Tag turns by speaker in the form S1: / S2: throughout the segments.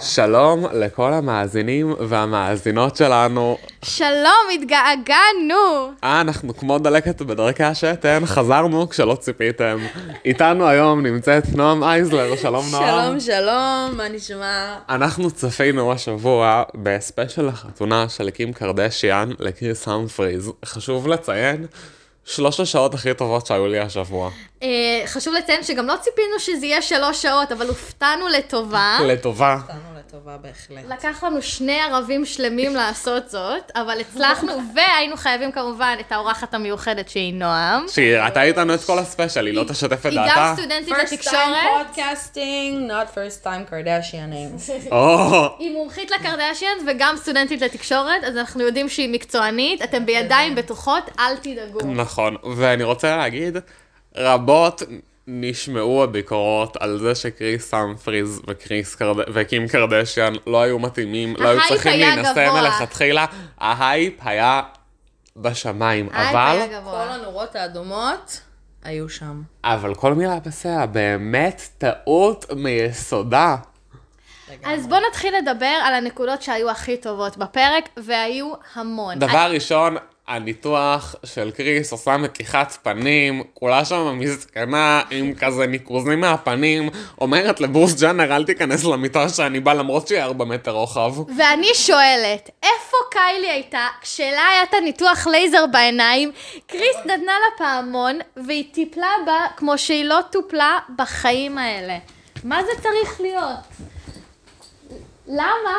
S1: שלום לכל המאזינים והמאזינות שלנו.
S2: שלום, התגעגענו!
S1: אה, אנחנו כמו דלקת בדרכי השתן, חזרנו כשלא ציפיתם. איתנו היום נמצאת נועם אייזלר, שלום נועם.
S3: שלום, שלום, מה נשמע?
S1: אנחנו צפינו השבוע בספיישל החתונה של קים קרדשיאן לקריס המפריז. חשוב לציין, שלוש השעות הכי טובות שהיו לי השבוע.
S2: אה, חשוב לציין שגם לא ציפינו שזה יהיה שלוש שעות, אבל הופתענו לטובה.
S1: כן. לטובה.
S3: אותנו לטובה בהחלט.
S2: לקח לנו שני ערבים שלמים לעשות זאת, אבל הצלחנו, והיינו חייבים כמובן את האורחת המיוחדת שהיא נועם.
S1: שהיא ראתה איתנו את כל הספיישל, היא לא תשתף את
S2: היא גם
S1: דעתה.
S2: סטודנטית
S3: First time
S2: לתקשורת,
S3: podcasting, not first time Kardashianing.
S1: או,
S2: היא מומחית לקרדשיאנס וגם סטודנטית לתקשורת, אז אנחנו יודעים שהיא מקצוענית, אתם בידיים
S1: כן.
S2: בטוחות, אל תדאגו.
S1: נכון, ואני רוצה להגיד, רבות נשמעו הביקורות על זה שקריס המפריז וקריס קרד... וקים קרדשיאן לא היו מתאימים, לא היו
S2: ההייפ
S1: צריכים
S2: היה
S1: להינשא
S2: גבוה.
S1: מלכתחילה. ההייפ היה בשמיים, אבל,
S2: היה
S3: כל
S2: גבוה.
S3: הנורות האדומות היו שם.
S1: אבל כל מילה בסלע, באמת טעות מיסודה.
S2: אז בואו נתחיל לדבר על הנקודות שהיו הכי טובות בפרק, והיו המון.
S1: דבר ראשון, הניתוח של קריס עושה מתיחת פנים, כולה שם מזקנה עם כזה ניקוזים מהפנים, אומרת לברוס ג'אנר אל תיכנס למיטה שאני בא למרות שהיא ארבע מטר רוחב.
S2: ואני שואלת, איפה קיילי הייתה כשלה היה את הניתוח לייזר בעיניים, קריס נתנה לה פעמון, והיא טיפלה בה כמו שהיא לא טופלה בחיים האלה. מה זה צריך להיות? למה?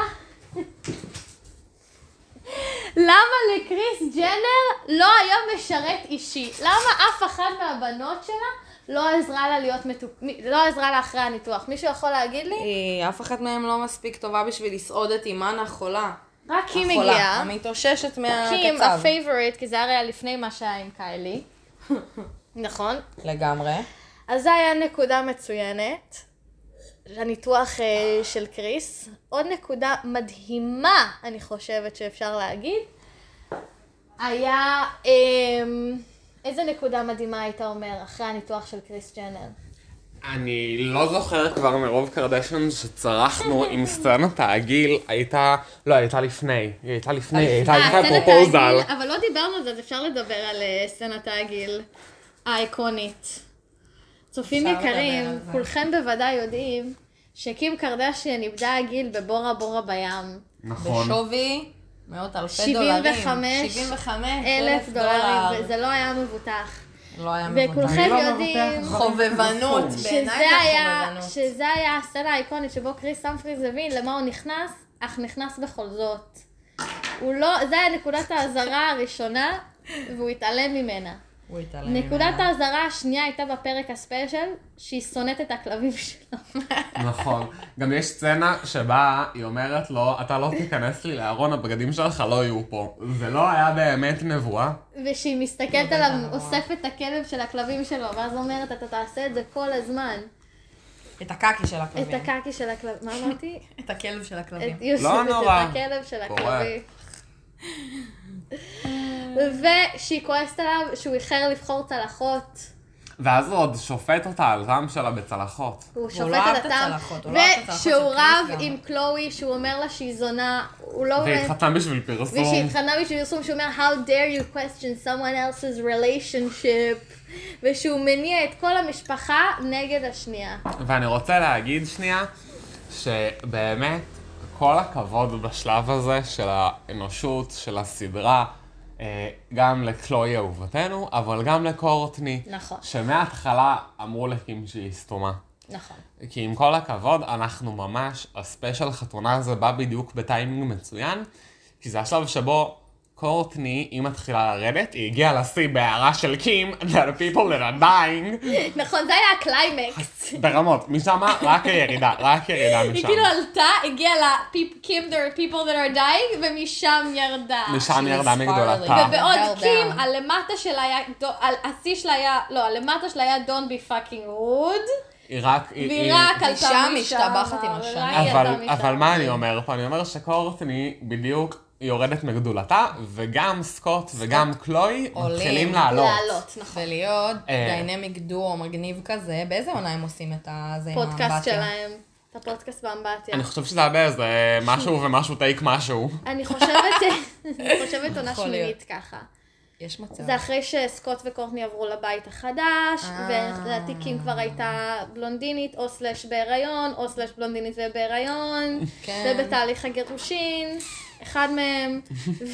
S2: למה לקריס ג'נר לא היה משרת אישי? למה אף אחת מהבנות שלה לא עזרה לה להיות מטופ... לא עזרה לה אחרי הניתוח? מישהו יכול להגיד לי?
S3: היא- אף אחת מהן לא מספיק טובה בשביל לסעוד את אימן החולה.
S2: רק היא
S3: החולה,
S2: מגיעה.
S3: המתאוששת
S2: קים,
S3: מהקצב.
S2: הפייבוריט, כי זה הרי היה לפני מה שהיה עם קיילי. נכון.
S3: לגמרי.
S2: אז זו היה נקודה מצוינת. הניתוח אה, של קריס. עוד נקודה מדהימה, אני חושבת שאפשר להגיד, היה... אמ, איזה נקודה מדהימה היית אומר אחרי הניתוח של קריס ג'נר?
S1: אני לא זוכר כבר מרוב קרדשן שצרחנו עם סצנת העגיל, הייתה, לא, הייתה לפני, היא הייתה לפני, היא הייתה
S2: אה,
S1: לפני
S2: סצנת
S1: פרופוזל.
S2: העגיל, אבל לא דיברנו על זה, אז אפשר לדבר על אה, סצנת העגיל האיקונית. צופים
S3: אפשר
S2: יקרים,
S3: לדבר על זה.
S2: כולכם בוודאי יודעים שקים קרדשיאן איבדה עגיל בבורה בורה בים.
S3: נכון.
S1: נכון.
S3: בשווי מאות אלפי דולרים.
S2: 75
S3: 75
S2: אלף דולרים, וזה לא היה מבוטח.
S3: לא היה מבוטח.
S2: וכולכם
S1: אני לא
S2: יודעים
S1: מבוטח.
S3: חובבנות,
S2: שזה
S3: בעיניי זה
S2: היה-
S3: חובבנות.
S2: שזה היה הסצנה האיקונית שבו קריס סמפריז הבין למה הוא נכנס, אך נכנס בכל זאת. הוא לא, זה היה נקודת האזהרה הראשונה, והוא התעלם ממנה.
S3: הוא התעלם
S2: נקודת האזהרה השנייה הייתה בפרק הספיישל, שהיא שונאת את הכלבים שלה.
S1: נכון. גם יש סצנה שבה היא אומרת לו, אתה לא תיכנס לי לארון, הבגדים שלך לא יהיו פה. זה לא היה באמת נבואה.
S2: ושהיא
S3: לא,
S2: מסתכלת עליו, אוספת את הכלב של הכלבים שלו, ואז אומרת, אתה תעשה את זה כל הזמן.
S3: את הקקי של
S2: את
S3: הכלבים.
S2: הקקי של הכלבים, מה אמרתי?
S3: את הכלב של הכלבים.
S2: את יוסף,
S1: לא נורא.
S2: את הכלב של
S1: קורה.
S2: הכלבים. ושהיא כועסת עליו שהוא איחר לבחור צלחות.
S1: ואז הוא עוד שופט אותה על טעם שלה בצלחות.
S2: הוא
S3: לא
S2: שופט
S3: אהב
S2: על
S3: את
S2: הטעם,
S3: הצלחות, הוא לא אהב את הצלחות של
S2: ושהוא
S3: קריס
S2: רב
S3: גם.
S2: עם קלואי, שהוא אומר לה שהיא זונה, הוא לא...
S1: והתחתן בשביל פרסום.
S2: ושהתחתנה בשביל פרסום שאומר How dare you question someone else's relationship ושהוא מניע את כל המשפחה נגד השנייה.
S1: ואני רוצה להגיד שנייה, שבאמת, כל הכבוד בשלב הזה של האנושות, של הסדרה, אה, גם לקלוי אהובתנו, אבל גם לקורטני.
S2: נכון.
S1: שמההתחלה אמרו לקים שהיא סתומה.
S2: נכון.
S1: כי עם כל הכבוד, אנחנו ממש, הספיישל חתונה הזה בא בדיוק בטיימינג מצוין, כי זה השלב שבו קורטני, היא מתחילה לרדת, היא הגיעה לשיא בהערה של קים, that people that are dying,
S2: נכון, זה היה הקליימקס.
S1: ברמות, משם רק ירידה, רק ירידה
S2: היא
S1: משם.
S2: כאילו עלתה, הגיעה ל-Kim, there are people that are dying, ומשם ירדה.
S1: משם
S3: She
S1: ירדה
S3: is
S1: מגדולתה.
S3: spiraling.
S2: ובעוד
S3: Fell
S2: קים,
S3: down.
S2: הלמטה שלה היה, דו- על- השיא שלה היה, לא, הלמטה שלה היה Don't be fucking rude,
S1: היא רק... היא-
S2: והיא
S1: היא-
S2: רק עלתה משם.
S3: משם משתבחת עם השנים.
S2: ורק היא עלתה
S1: אה, אבל,
S2: משם.
S1: אבל מה אני אומר פה? אני אומר שקורטני בדיוק יורדת מגדולתה, וגם סקוט וגם קלוי
S3: עולים.
S1: מתחילים לעלות.
S2: לעלות, נכון.
S3: ולהיות
S1: אה.
S3: דיינמיק דואו מגניב כזה, באיזה עונה הם עושים את הזה עם הבת
S2: פודקאסט שלהם. את הפודקאסט באמבטיה.
S1: אני חושב שזה היה באיזה משהו ומשהו טייק משהו.
S2: אני חושבת, אני חושבת עונה
S4: יכול להיות.
S2: שמינית ככה.
S4: יש מצב.
S2: זה אחרי שסקוט וקורטני עברו לבית החדש,
S4: אה.
S2: ולדעתי קים כבר הייתה בלונדינית, או סלאש בהיריון, או סלאש בלונדינית ובהיריון,
S4: כן.
S2: ובתהליך הגירושין, אחד מהם,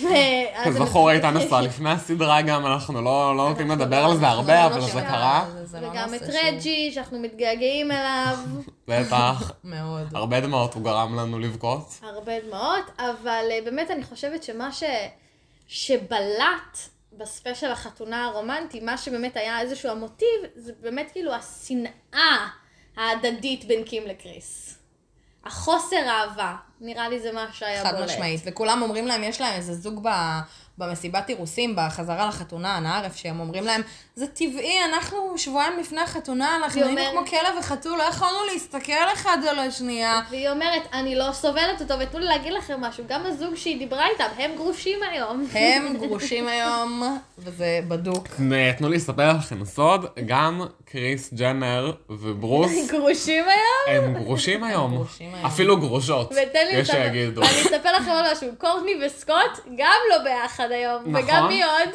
S2: ואז...
S1: כזכור הייתה נשואה לפני הסדרה גם, אנחנו לא לא נוטים לדבר על זה הרבה,
S4: אנחנו
S1: אבל
S4: לא
S1: זה
S4: שם.
S1: קרה.
S4: זה- זה לא
S2: וגם
S4: נושא
S2: את
S4: שהוא-
S2: רג'י, שאנחנו מתגעגעים אליו.
S1: בטח,
S4: מאוד.
S1: הרבה דמעות הוא גרם לנו לבכות.
S2: הרבה דמעות, אבל אה, באמת אני חושבת שמה ש... שבלט בספיישל החתונה הרומנטי, מה שבאמת היה איזשהו המוטיב, זה באמת כאילו השנאה ההדדית בין קים לקריס. החוסר אהבה, נראה לי זה מה שהיה
S4: חד
S2: בולט.
S4: משמעית. וכולם אומרים להם, יש להם איזה זוג ב... במסיבת אירוסים, בחזרה לחתונה, אנא ערף, שהם אומרים להם, זה טבעי, אנחנו שבועיים לפני החתונה, אנחנו
S2: היא
S4: היינו כמו
S2: אומרת-
S4: כלב וחתול, לא יכולנו להסתכל אחד על השנייה.
S2: והיא אומרת, אני לא סובלת אותו, ותנו לי להגיד לכם משהו, גם הזוג שהיא דיברה איתם, הם גרושים היום.
S4: הם גרושים היום, וזה בדוק.
S1: נ- תנו לי לספר לכם סוד, גם קריס ג'נר וברוס
S2: גרושים היום?
S1: הם גרושים היום.
S4: גרושים היום.
S1: אפילו גרושות,
S2: ותן לי
S1: יש
S2: לספר,
S1: שיגידו.
S2: ואני אספר לכם עוד משהו, קורטני וסקוט גם לא ביחד היום,
S1: נכון.
S2: וגם מי עוד?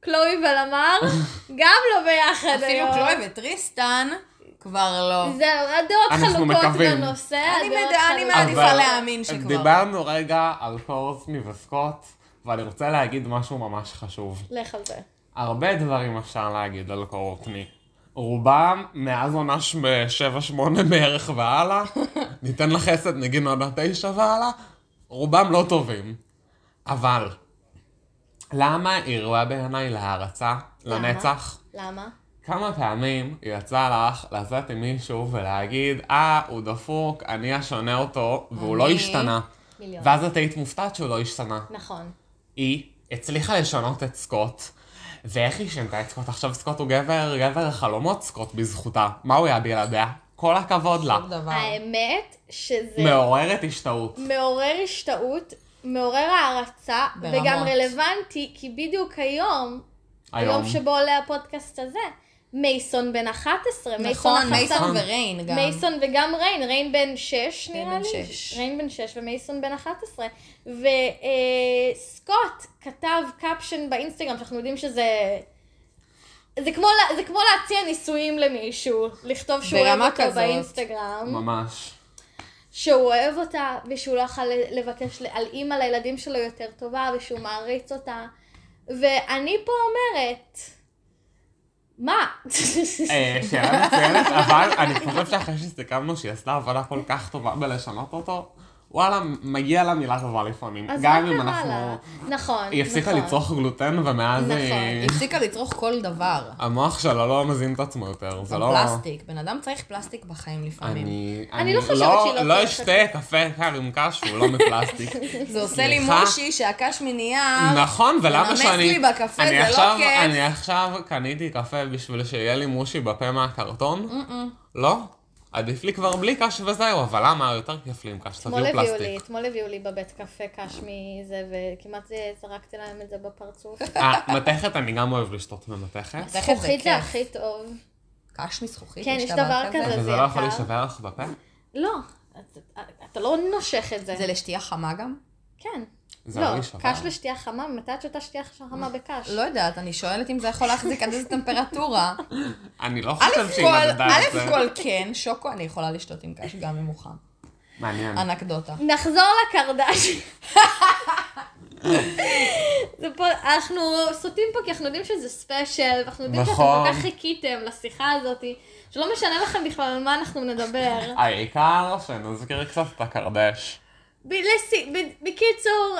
S2: קלואי ולמר, גם לא ביחד
S4: אפילו
S2: היום.
S4: קלוי וטריסטן כבר לא.
S2: זהו, הדעות
S1: אנחנו
S2: חלוקות
S1: מקווים.
S2: בנושא,
S4: אני
S2: הדעות
S4: מד- אני
S2: חלוקות.
S4: מעדיפה
S1: אבל-
S4: להאמין שכבר.
S1: דיברנו רגע על קורסמי וסקוט, ואני רוצה להגיד משהו ממש חשוב.
S2: לך על זה.
S1: הרבה דברים אפשר להגיד על קורטני. רובם מאז עונה 7-8 בערך והלאה, ניתן לה חסד נגיד מעונה 9 והלאה, רובם לא טובים. אבל, למה היא ראויה בעיניי להערצה,
S2: למה?
S1: לנצח?
S2: למה?
S1: כמה פעמים יצא לך לצאת עם מישהו ולהגיד, אה, הוא דפוק, אני אשנה אותו, והוא לא
S4: אני-
S1: השתנה.
S2: מיליון.
S1: ואז את היית מופתעת שהוא לא השתנה.
S2: נכון.
S1: היא הצליחה לשנות את סקוט, ואיך היא שינתה את סקוט? עכשיו סקוט הוא גבר, גבר החלומות סקוט בזכותה. מה הוא היה בלעדיה? כל הכבוד לה.
S4: שום דבר.
S2: אה, האמת שזה
S1: מעוררת השתאות.
S2: מעורר השתאות, מעורר הערצה,
S4: ברמות.
S2: וגם רלוונטי, כי בדיוק היום,
S1: היום.
S2: היום שבו עולה הפודקאסט הזה, מייסון בן 11, מייסון
S4: נכון,
S2: החסר
S4: מייסון וריין גם.
S2: מייסון וגם ריין, ריין בן 6
S4: ריין
S2: נראה
S4: בן
S2: לי,
S4: שש.
S2: ריין בן 6 ומייסון בן 11, וסקוט אה, כתב קפשן באינסטגרם, שאנחנו יודעים שזה... זה כמו, לה- זה כמו להציע נישואים למישהו, לכתוב שהוא אוהב
S4: ברמה
S2: אותו
S4: כזאת.
S2: באינסטגרם,
S1: ממש.
S2: שהוא אוהב אותה, ושהוא לא יכול לבקש ל- על אימא לילדים שלו יותר טובה, ושהוא מעריץ אותה. ואני פה אומרת, מה?
S1: אה, שאלה מצוינת, אבל אני חושב שאחרי שסיכמנו שהיא עשתה עבודה כל כך טובה בלשנות אותו, וואלה, מגיע לה מילה טובה לפעמים.
S2: אז מה
S1: גם אם
S2: קרה
S1: אנחנו...
S2: לה? נכון,
S1: היא הפסיקה
S2: נכון.
S1: לצרוך גלוטן, ומאז
S2: נכון.
S1: היא-
S4: היא הפסיקה לצרוך כל דבר.
S1: המוח שלה לא מזין את עצמו יותר. זה לא...
S4: פלסטיק. בן אדם צריך פלסטיק בחיים לפעמים.
S1: אני,
S2: לא חושבת שהיא לא
S1: לא
S2: צורכת.
S1: אשתה קפה קר עם קשו, לא מפלסטיק.
S4: זה עושה לי
S1: סליחה.
S4: מושי שהקש מנייר.
S1: נכון, ולמה
S4: מנמס
S1: שאני...
S4: לי בקפה,
S1: אני
S4: זה לא
S1: עכשיו-
S4: כיף.
S1: אני עכשיו קניתי קפה בשביל שיהיה לי מושי בפה מהקרטון? לא. עדיף לי כבר בלי קש וזהו, אבל למה? יותר כיף לי עם קש,
S2: אתמול
S1: תביאו
S2: הביאו לי,
S1: פלסטיק.
S2: אתמול הביאו לי בבית קפה קש מזה, וכמעט זרקתי להם את זה בפרצוף.
S1: אה, מתכת, אני גם אוהב לשתות במתכת.
S4: זה כן?
S2: זכוכית זה
S4: כיף.
S2: הכי טוב.
S4: קש מזכוכית?
S2: כן, יש דבר כזה.
S1: וזה
S2: זה
S1: לא יכול
S2: יקר.
S1: להישבר לך בפה?
S2: לא, אתה- אתה לא נושך את זה.
S4: זה לשתייה חמה גם?
S2: כן.
S1: זה
S2: לא,
S1: לא להישבר.
S2: קש לשתייה חמה, מתי את שותה שתייה חמה בקש?
S4: לא יודעת, אני שואלת אם זה יכול להחזיק עד איזה טמפרטורה.
S1: אני לא חושב
S4: א'
S1: שהיא
S4: כל,
S1: מדדה את
S4: א'
S1: זה.
S4: כל כן, שוקו אני יכולה לשתות עם קש גם אם הוא חם.
S1: מעניין.
S4: אנקדוטה.
S1: לא.
S2: נחזור לקרדש. זה פה, אנחנו סוטים פה כי אנחנו יודעים שזה ספיישל, ואנחנו יודעים שאתם
S1: נכון.
S2: כל כך חיכיתם לשיחה הזאת, שלא משנה לכם בכלל על מה אנחנו נדבר.
S1: העיקר שנזכיר קצת את הקרדש.
S2: ב- לס- ב- בקיצור,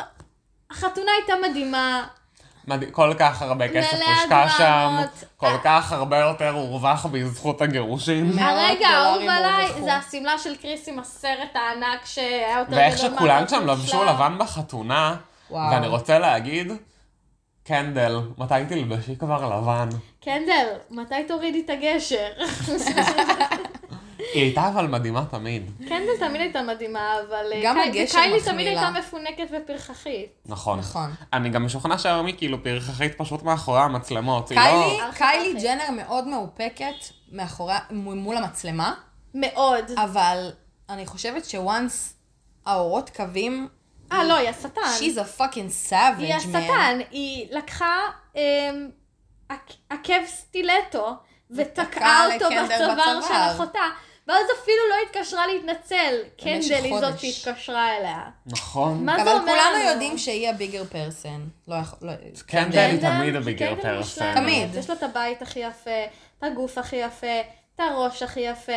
S2: החתונה הייתה מדהימה,
S1: מדהים, כל כך הרבה כסף
S2: מלא
S1: הושקע שם,
S2: הדרמות.
S1: כל כך הרבה יותר הורווח בזכות הגירושים,
S4: מאות
S2: הרגע האהוב
S4: דולרים
S2: עליי
S4: הורווחו.
S2: זה השמלה של קריס עם הסרט הענק שהיה יותר גדול
S1: ואיך שכולם
S2: מהראש
S4: לא
S1: שם לבשו
S2: שלה.
S1: לבן בחתונה,
S4: וואו.
S1: ואני רוצה להגיד, קנדל, מתי תלבשי כבר לבן?
S2: קנדל, מתי תורידי את הגשר?
S1: היא הייתה אבל מדהימה תמיד,
S2: קנדל תמיד הייתה מדהימה, אבל... אה,
S4: גם
S2: קי-
S4: הגשר
S2: וקיילי תמיד
S4: מחמיא
S2: הייתה
S4: לה.
S2: מפונקת ופרחחית.
S1: נכון.
S4: נכון.
S1: אני גם משוכנע שהרמי כאילו פרחחית פשוט מאחורי המצלמות, היא
S4: קיילי,
S1: לא...
S2: אך
S4: קיילי
S2: אחי.
S4: ג'נר מאוד מאופקת מאחורי, מול מול המצלמה,
S2: מאוד.
S4: אבל אני חושבת שוואנס האורות קווים,
S2: אה, לא, היא השטן.
S4: she's a fucking savage,
S2: היא
S4: man.
S2: השטן. היא לקחה אמ, עק- עקב סטילטו ותקעה
S4: ותקעה
S2: אותו
S4: לקנדל
S2: בצוואר
S4: בצוואר.
S2: של אחותה, ואז אפילו לא התקשרה להתנצל. קנדל היא זאת
S4: חודש.
S2: שהתקשרה אליה.
S1: נכון.
S2: מה זה
S4: אבל
S2: אומר?
S4: כולנו
S2: לנו?
S4: יודעים שהיא הביגר פרסן. לא יכול... לא-
S1: קנדל היא
S2: קנדל,
S1: תמיד
S2: כי
S1: הביגר
S2: קנדל
S1: פרסן.
S2: מושלמת.
S4: תמיד.
S2: יש לה את הבית הכי יפה, את הגוף הכי יפה, את הראש הכי יפה.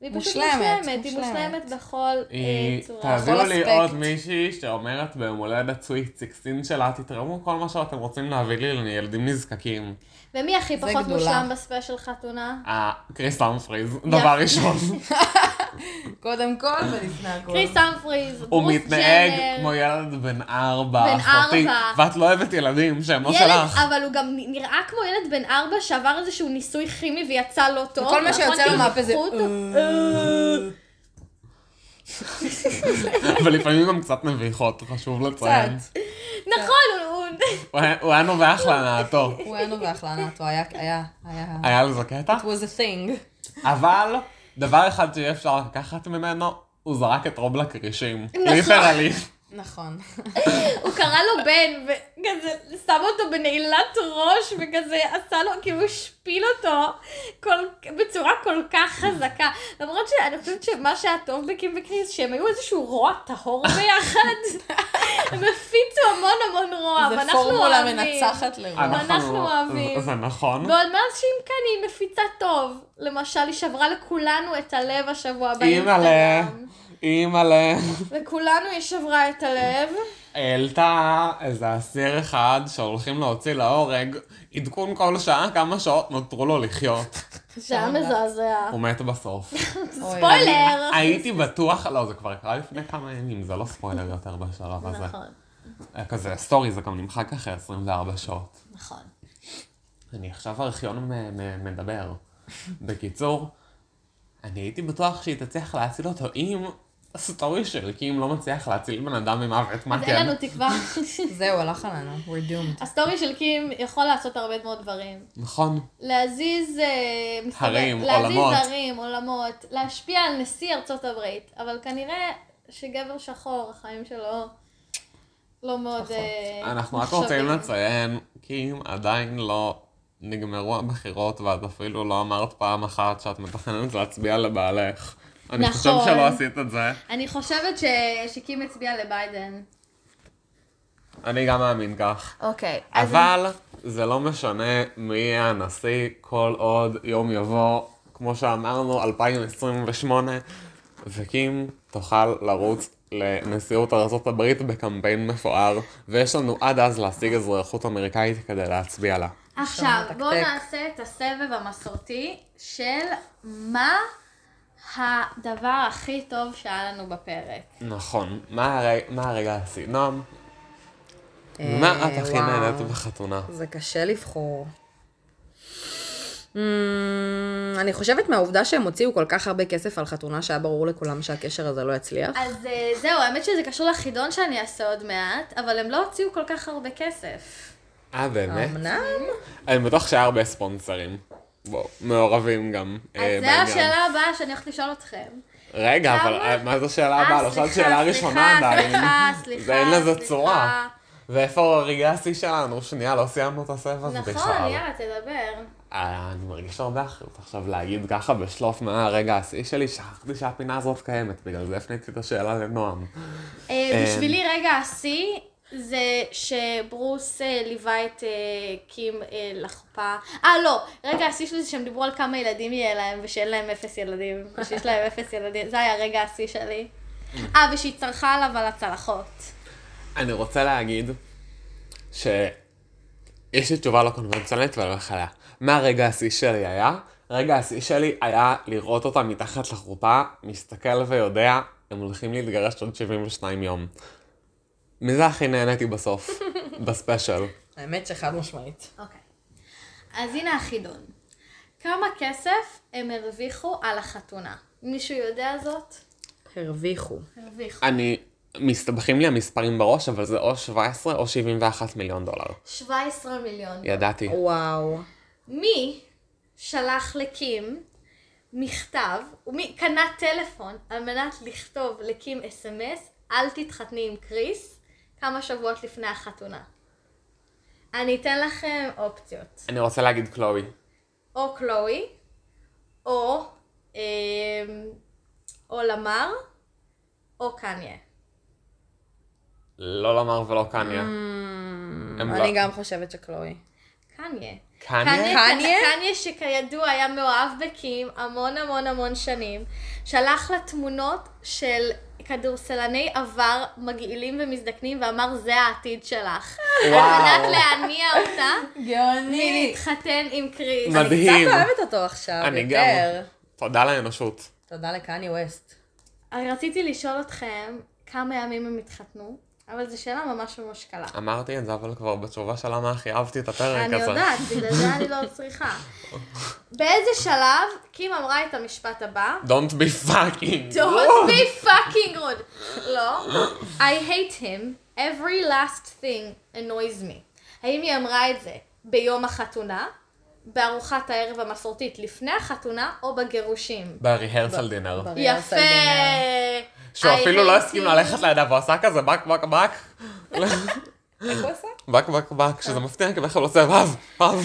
S2: והיא פשוט
S4: מושלמת,
S2: מושלמת, היא
S4: מושלמת.
S2: מושלמת בכל
S1: היא-
S2: אה, צורה.
S1: תעבירו
S4: בכל
S1: לי
S4: אספקט.
S1: עוד מישהי שאומרת ביום הולדת סוויט סיקסטין שלה, תתרמו כל מה שאתם רוצים להביא לי לילדים נזקקים.
S2: ומי הכי
S4: זה
S2: פחות
S4: גדולה.
S2: מושלם בספיישל חתונה?
S1: אה, קריס אמפריז, דבר ראשון.
S4: כן. קודם כל ולפני הכול.
S2: קריס אמפריז,
S1: הוא
S2: ברוס
S1: מתנהג
S2: ג'נר.
S1: כמו ילד בן ארבע,
S2: אה, בן
S1: אחותי,
S2: ארבע.
S1: ואת לא אוהבת ילדים שהם לא
S2: ילד,
S1: שלך.
S2: אבל הוא גם נראה כמו ילד בן ארבע שעבר איזשהו ניסוי כימי ויצא לא טוב.
S4: כל מה
S2: נכון? אה.
S4: שיוצא
S2: כי
S4: לו מהפה זה... "אה".
S2: לקחו אותו-
S1: אבל לפעמים גם קצת מביכות, חשוב לציין.
S4: קצת.
S2: נכון, הוא- הוא...
S1: הוא היה- הוא היה נובח להנאתו.
S4: הוא היה נובח להנאתו, היה... היה... היה...
S1: היה לזה קטע?
S4: It was a thing.
S1: אבל דבר אחד שאי אפשר לקחת ממנו, הוא זרק את רוב לכרישים. ליטרלי.
S4: נכון.
S2: הוא קרא לו בן, וכזה שם אותו בנעילת ראש, וכזה עשה לו, כאילו השפיל אותו כל, בצורה כל כך חזקה. למרות שאני חושבת שמה שהיה טוב בקים וקריס, שהם היו איזשהו רוע טהור ביחד. הם הפיצו המון המון רוע,
S4: זה
S2: ואנחנו
S4: פורמולה
S2: אוהבים.
S4: מנצחת
S1: אה,
S4: לרוע.
S2: אנחנו אוהבים.
S1: זה נכון.
S2: ועוד מאז שאם כאן היא מפיצה טוב, למשל היא שברה לכולנו את הלב השבוע
S1: אימא'לה,
S2: באינסטגרם.
S1: אימא'לה.
S2: לכולנו היא שברה את הלב.
S1: העלתה איזה אסיר אחד שהולכים להוציא להורג, עדכון כל שעה כמה שעות נותרו לו לחיות.
S2: זה היה מזעזע.
S1: הוא מת בסוף.
S4: אוי,
S2: ספוילר!
S1: הייתי בטוח, לא, זה כבר קרה לפני כמה ימים, זה לא ספוילר יותר בשלב הזה.
S2: נכון,
S1: היה כזה סטורי, זה גם נמחק אחרי 24 שעות.
S2: נכון.
S1: אני עכשיו ארכיון מ- מ- מדבר. בקיצור, אני הייתי בטוח שהיא תצליח להציל אותו אם... הסטורי של כי אם לא מצליח להציל בן אדם ממוות, מה
S2: אז אין
S1: כן?
S2: לנו תקווה.
S4: זהו, הלך עלינו. We're doomed.
S2: הסטורי של קים יכול לעשות הרבה מאוד דברים.
S1: נכון.
S2: להזיז... אה, מסתבר-
S1: הרים, עולמות.
S2: להזיז הרים, עולמות. להשפיע על נשיא ארצות הברית. אבל כנראה שגבר שחור, החיים שלו לא מאוד... אה,
S1: נכון. אנחנו רק
S2: נחשבים.
S1: רוצים לציין, כי אם עדיין לא נגמרו הבחירות ואת אפילו לא אמרת פעם אחת שאת מתכננת להצביע לבעלך. אני חושב
S2: נכון.
S1: שלא עשית את זה.
S2: אני חושבת ש... שקים הצביע לביידן.
S1: אני גם מאמין כך.
S2: אוקיי.
S1: אבל זה לא משנה מי יהיה הנשיא, כל עוד יום יבוא, כמו שאמרנו, 2028, וקים תוכל לרוץ לנשיאות ארה"ב בקמפיין מפואר, ויש לנו עד אז להשיג אזרחות אמריקאית כדי להצביע לה.
S2: עכשיו,
S4: מתקתק.
S2: בואו נעשה את הסבב המסורתי של מה הדבר הכי טוב שהיה לנו בפרק.
S1: נכון. מה הרי- מה הרגע הסינום?
S2: אה,
S1: מה את הכי
S4: וואו.
S1: נהנית בחתונה?
S4: זה קשה לבחור. Mm, אמ, אני חושבת מהעובדה שהם הוציאו כל כך הרבה כסף על חתונה, שהיה ברור לכולם שהקשר הזה לא יצליח.
S2: אז אה, זהו, האמת שזה קשור לחידון שאני אעשה עוד מעט, אבל הם לא הוציאו כל כך הרבה כסף.
S1: אה, באמת?
S4: אמנם?
S1: אני בטוח שהיה הרבה ספונסרים. בוא, מעורבים גם אה,
S2: אז
S1: בעניין.
S2: זו השאלה הבאה שאני הולכת לשאול אתכם.
S1: רגע, אבל
S2: למה?
S1: אה, מה זו שאלה
S2: אה,
S1: הבאה? לא שאלת
S2: סליחה,
S1: שאלה
S2: סליחה,
S1: ראשונה עדיין.
S2: סליחה, סליחה,
S1: זה אין לזה
S2: סליחה.
S1: צורה. ואיפה הרגע השיא שלנו? שנייה, לא סיימנו את הסבב בכלל.
S2: נכון, יאללה, תדבר.
S1: אה, אני מרגיש הרבה אחריות עכשיו להגיד ככה בשלוף מה הרגע השיא שלי, שכחתי שהפינה הזאת קיימת, בגלל זה הפניתי את השאלה לנועם.
S2: אה,
S1: אה,
S2: בשבילי רגע השיא זה שברוס אה, ליווה את אה, קים אה, לחופה. אה, לא, רגע השיא שלי זה שהם דיברו על כמה ילדים יהיה להם ושאין להם אפס ילדים, ושיש להם אפס ילדים, זה היה רגע השיא שלי. אה, ושהיא צרחה עליו על הצלחות.
S1: אני רוצה להגיד ש... יש לי תשובה לא קונבנציונלית ואני הולך עליה. מה הרגע השיא שלי היה? רגע השיא שלי היה לראות אותה מתחת לחופה, מסתכל ויודע, הם הולכים להתגרש עוד 72 יום. מזה הכי נהניתי בסוף, בספיישל.
S4: האמת שחד משמעית.
S2: אוקיי. אז הנה החידון. כמה כסף הם הרוויחו על החתונה? מישהו יודע זאת?
S4: הרוויחו.
S1: כן.
S2: הרוויחו.
S1: אני, מסתבכים לי המספרים בראש, אבל זה או 17 או 71 מיליון דולר.
S2: 17 מיליון.
S1: ידעתי.
S4: וואו.
S2: מי שלח לקים מכתב, הוא מי- קנה טלפון על מנת לכתוב לקים אס.אם.אס, אל תתחתני עם קריס, כמה שבועות לפני החתונה. אני אתן לכם אופציות.
S1: אני רוצה להגיד קלואי.
S2: או קלואי, או, אמ, או למר, או קניה.
S1: לא למר ולא קניה. הם
S4: אמ, אני
S1: לא-
S4: גם חושבת שקלואי.
S2: קניה.
S1: קניה?
S4: קניה?
S2: קניה שכידוע היה מאוהב בקים המון המון המון שנים, שלח לה תמונות של כדורסלני עבר מגעילים ומזדקנים ואמר זה העתיד שלך. על מנת
S1: וואו.
S2: להניע אותה
S3: גאוני.
S2: מלהתחתן עם קריס.
S4: אני
S1: מדהים.
S4: קצת אוהבת אותו עכשיו,
S1: אני גם.
S4: יותר.
S1: תודה לאנושות.
S4: תודה לקני ווסט.
S2: רציתי לשאול אתכם כמה ימים הם התחתנו, אבל זו שאלה ממש ממש קלה.
S1: אמרתי את זה אבל כבר בתשובה של למה הכי אהבתי את הפרק
S2: אני
S1: הזה.
S2: יודעת, בגלל זה אני לא צריכה. באיזה שלב קים אמרה את המשפט הבא?
S1: Don't be fucking.
S2: Don't be fucking rude. לא. I hate him. Every last thing annoys me. האם היא אמרה את זה ביום החתונה, בארוחת הערב המסורתית לפני החתונה, או בגירושים?
S1: בריהרסל דינר.
S2: יפה.
S1: שהוא
S2: I
S1: אפילו לא
S2: hate
S1: הסכים
S2: him.
S1: ללכת לידיו, הוא עשה כזה בק בק בק.
S4: איך הוא עשה?
S1: בק בק בק, שזה מפתיע, כי בדרך כלל הוא עושה וו, וו.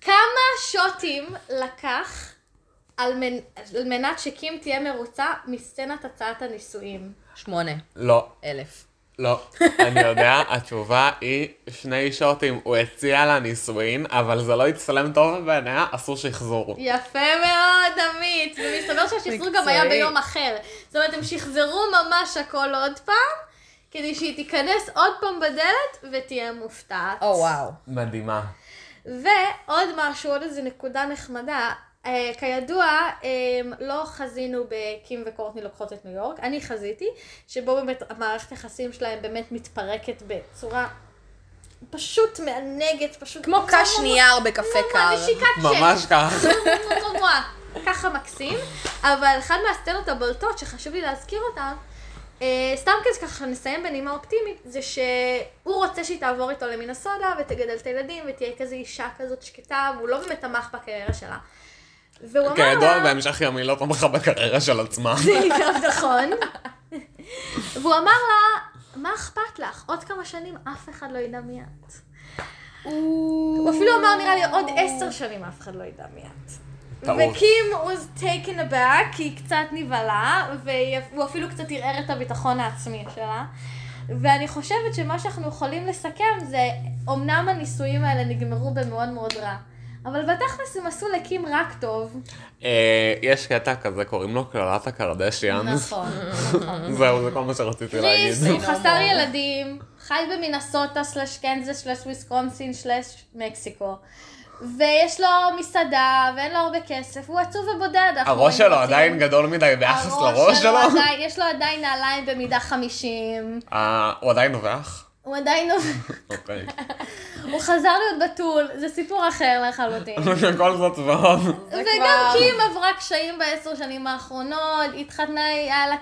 S2: כמה שוטים לקח על, מנ... על מנת שקים תהיה מרוצה מסצנת הצעת הנישואים?
S4: שמונה
S1: לא,
S4: אלף.
S1: לא, אני יודע, התשובה היא שני שוטים. הוא הציע לה נישואין, אבל זה לא הצטלם טוב בעיניה, עשו שחזור.
S2: יפה מאוד, עמית. ומסתבר שהשחזור גם היה
S4: מקצועי.
S2: ביום אחר. זאת אומרת, הם שחזרו ממש הכל עוד פעם, כדי שהיא תיכנס עוד פעם בדלת ותהיה מופתעת.
S4: או וואו.
S1: מדהימה.
S2: כן. ועוד משהו, עוד איזו נקודה נחמדה. אה, כידוע, אה, לא חזינו בקים וקורטני לוקחות את ניו יורק, אני חזיתי, שבו באמת המערכת היחסים שלהם באמת מתפרקת בצורה פשוט מענגת, פשוט...
S4: כמו קש נייר בקפה קר.
S2: נשיקת
S1: ממש כך.
S2: ככה מקסים, אבל אחת מהסצנות הבולטות שחשוב לי להזכיר אותן, אה, סתם כזה ככה נסיים בנימה אופטימית, זה שהוא רוצה שהיא תעבור איתו למינסודה ותגדל את הילדים ותהיה כזה אישה כזאת שקטה, והוא לא באמת תמך בקריירה שלה. והוא אמר
S1: כידוע,
S2: לה,
S1: בהמשך ימי לא תמכה בקריירה של עצמה.
S2: גם נכון, והוא אמר לה, מה אכפת לך? עוד כמה שנים אף אחד לא ידע מי את. הוא אפילו אמר נראה לי עוד עשר שנים אף אחד לא ידע מי את.
S1: טעות.
S2: וקים was taken aback, כי היא קצת נבהלה, והוא אפילו קצת ערער את הביטחון העצמי שלה. ואני חושבת שמה שאנחנו יכולים לסכם זה, אמנם הניסויים האלה נגמרו במאוד מאוד רע, אבל בתכלס הם עשו לקים רק טוב.
S1: אה, יש קטע כזה, קוראים לו קללת הקרדשיאן.
S2: נכון.
S1: זהו, זה כל מה שרציתי להגיד.
S2: קריס הוא חסר ילדים, חי במינסוטה סלש קנזס סלש וויסקונסין סלש מקסיקו. ויש לו מסעדה, ואין לו הרבה כסף, הוא עצוב ובודד. אנחנו
S1: הראש
S2: רואים
S1: שלו
S2: אותו.
S1: עדיין גדול מדי ביחס לראש שלו.
S2: עדיין- יש לו עדיין נעליים במידה 50,
S1: אה, הוא עדיין נובח?
S2: הוא עדיין נובח,
S1: אוקיי.
S2: הוא חזר להיות בתול, זה סיפור אחר לחלוטין.
S1: כל זאת ועוד.
S2: וגם
S4: כאילו-
S2: קים עברה קשיים בעשר שנים האחרונות, התחתנה, היה לה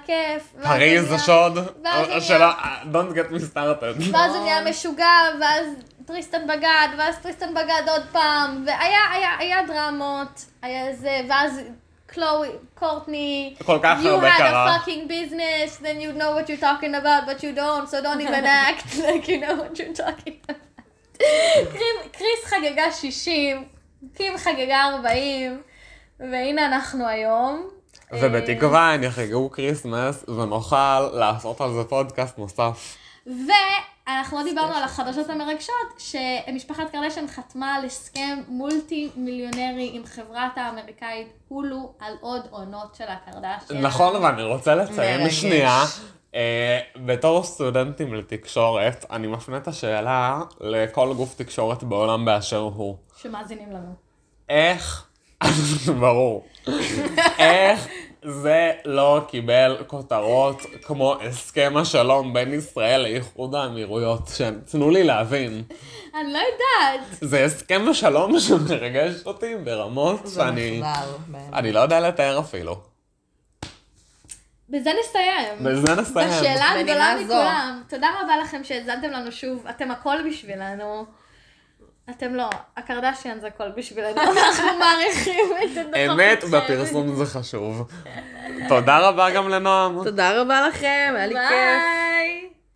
S2: כיף. ואז
S1: הרי
S2: זה
S1: זה
S2: נהיה-
S1: שוד. אה,
S2: ואז זה
S1: השאלה, don't get me started.
S2: ואז הוא נהיה משוגע, ואז טריסטן בגד, ואז טריסטן בגד עוד פעם, והיה היה, היה דרמות, היה זה, ואז קלואי, קורטני,
S1: כל כך
S2: you
S1: הרבה
S2: had
S1: קרה."
S2: a fucking business, then you know what you're talking about, but you don't, so don't even act like you know what you're talking about. קרים- קריס חגגה 60, קים חגגה 40, והנה אנחנו היום.
S1: ובתקווה הן יחגגו כריסמס ונוכל לעשות על זה פודקאסט נוסף.
S2: ואנחנו לא דיברנו על החדשות המרגשות, שמשפחת קרדשן חתמה על הסכם מולטי מיליונרי עם חברת האמריקאית הולו על עוד עונות של הקרדשן.
S1: נכון, ואני רוצה לציין
S4: מרגש.
S1: שנייה. אה, בתור סטודנטים לתקשורת, אני מפנה את השאלה לכל גוף תקשורת בעולם באשר הוא.
S2: שמאזינים לנו.
S1: איך, ברור, איך זה לא קיבל כותרות כמו הסכם השלום בין ישראל לאיחוד האמירויות? שהם- תנו לי להבין.
S2: אני לא יודעת.
S1: זה הסכם השלום שמרגש אותי ברמות שאני...
S4: מחדל, באמת.
S1: אני לא יודע לתאר אפילו.
S2: בזה נסיים.
S1: בזה נסיים.
S2: בשאלה הגדולה
S4: בנימה זו.
S2: מכולם. תודה רבה לכם שהאזנתם לנו שוב, אתם הכל בשבילנו. אתם לא, הקרדשיאן זה הכל בשבילנו, אנחנו מעריכים את הדוחות.
S1: אמת
S2: שלהם.
S1: בפרסום זה חשוב. תודה רבה גם לנועם.
S4: תודה רבה לכם, היה לי
S2: ביי.
S4: כיף.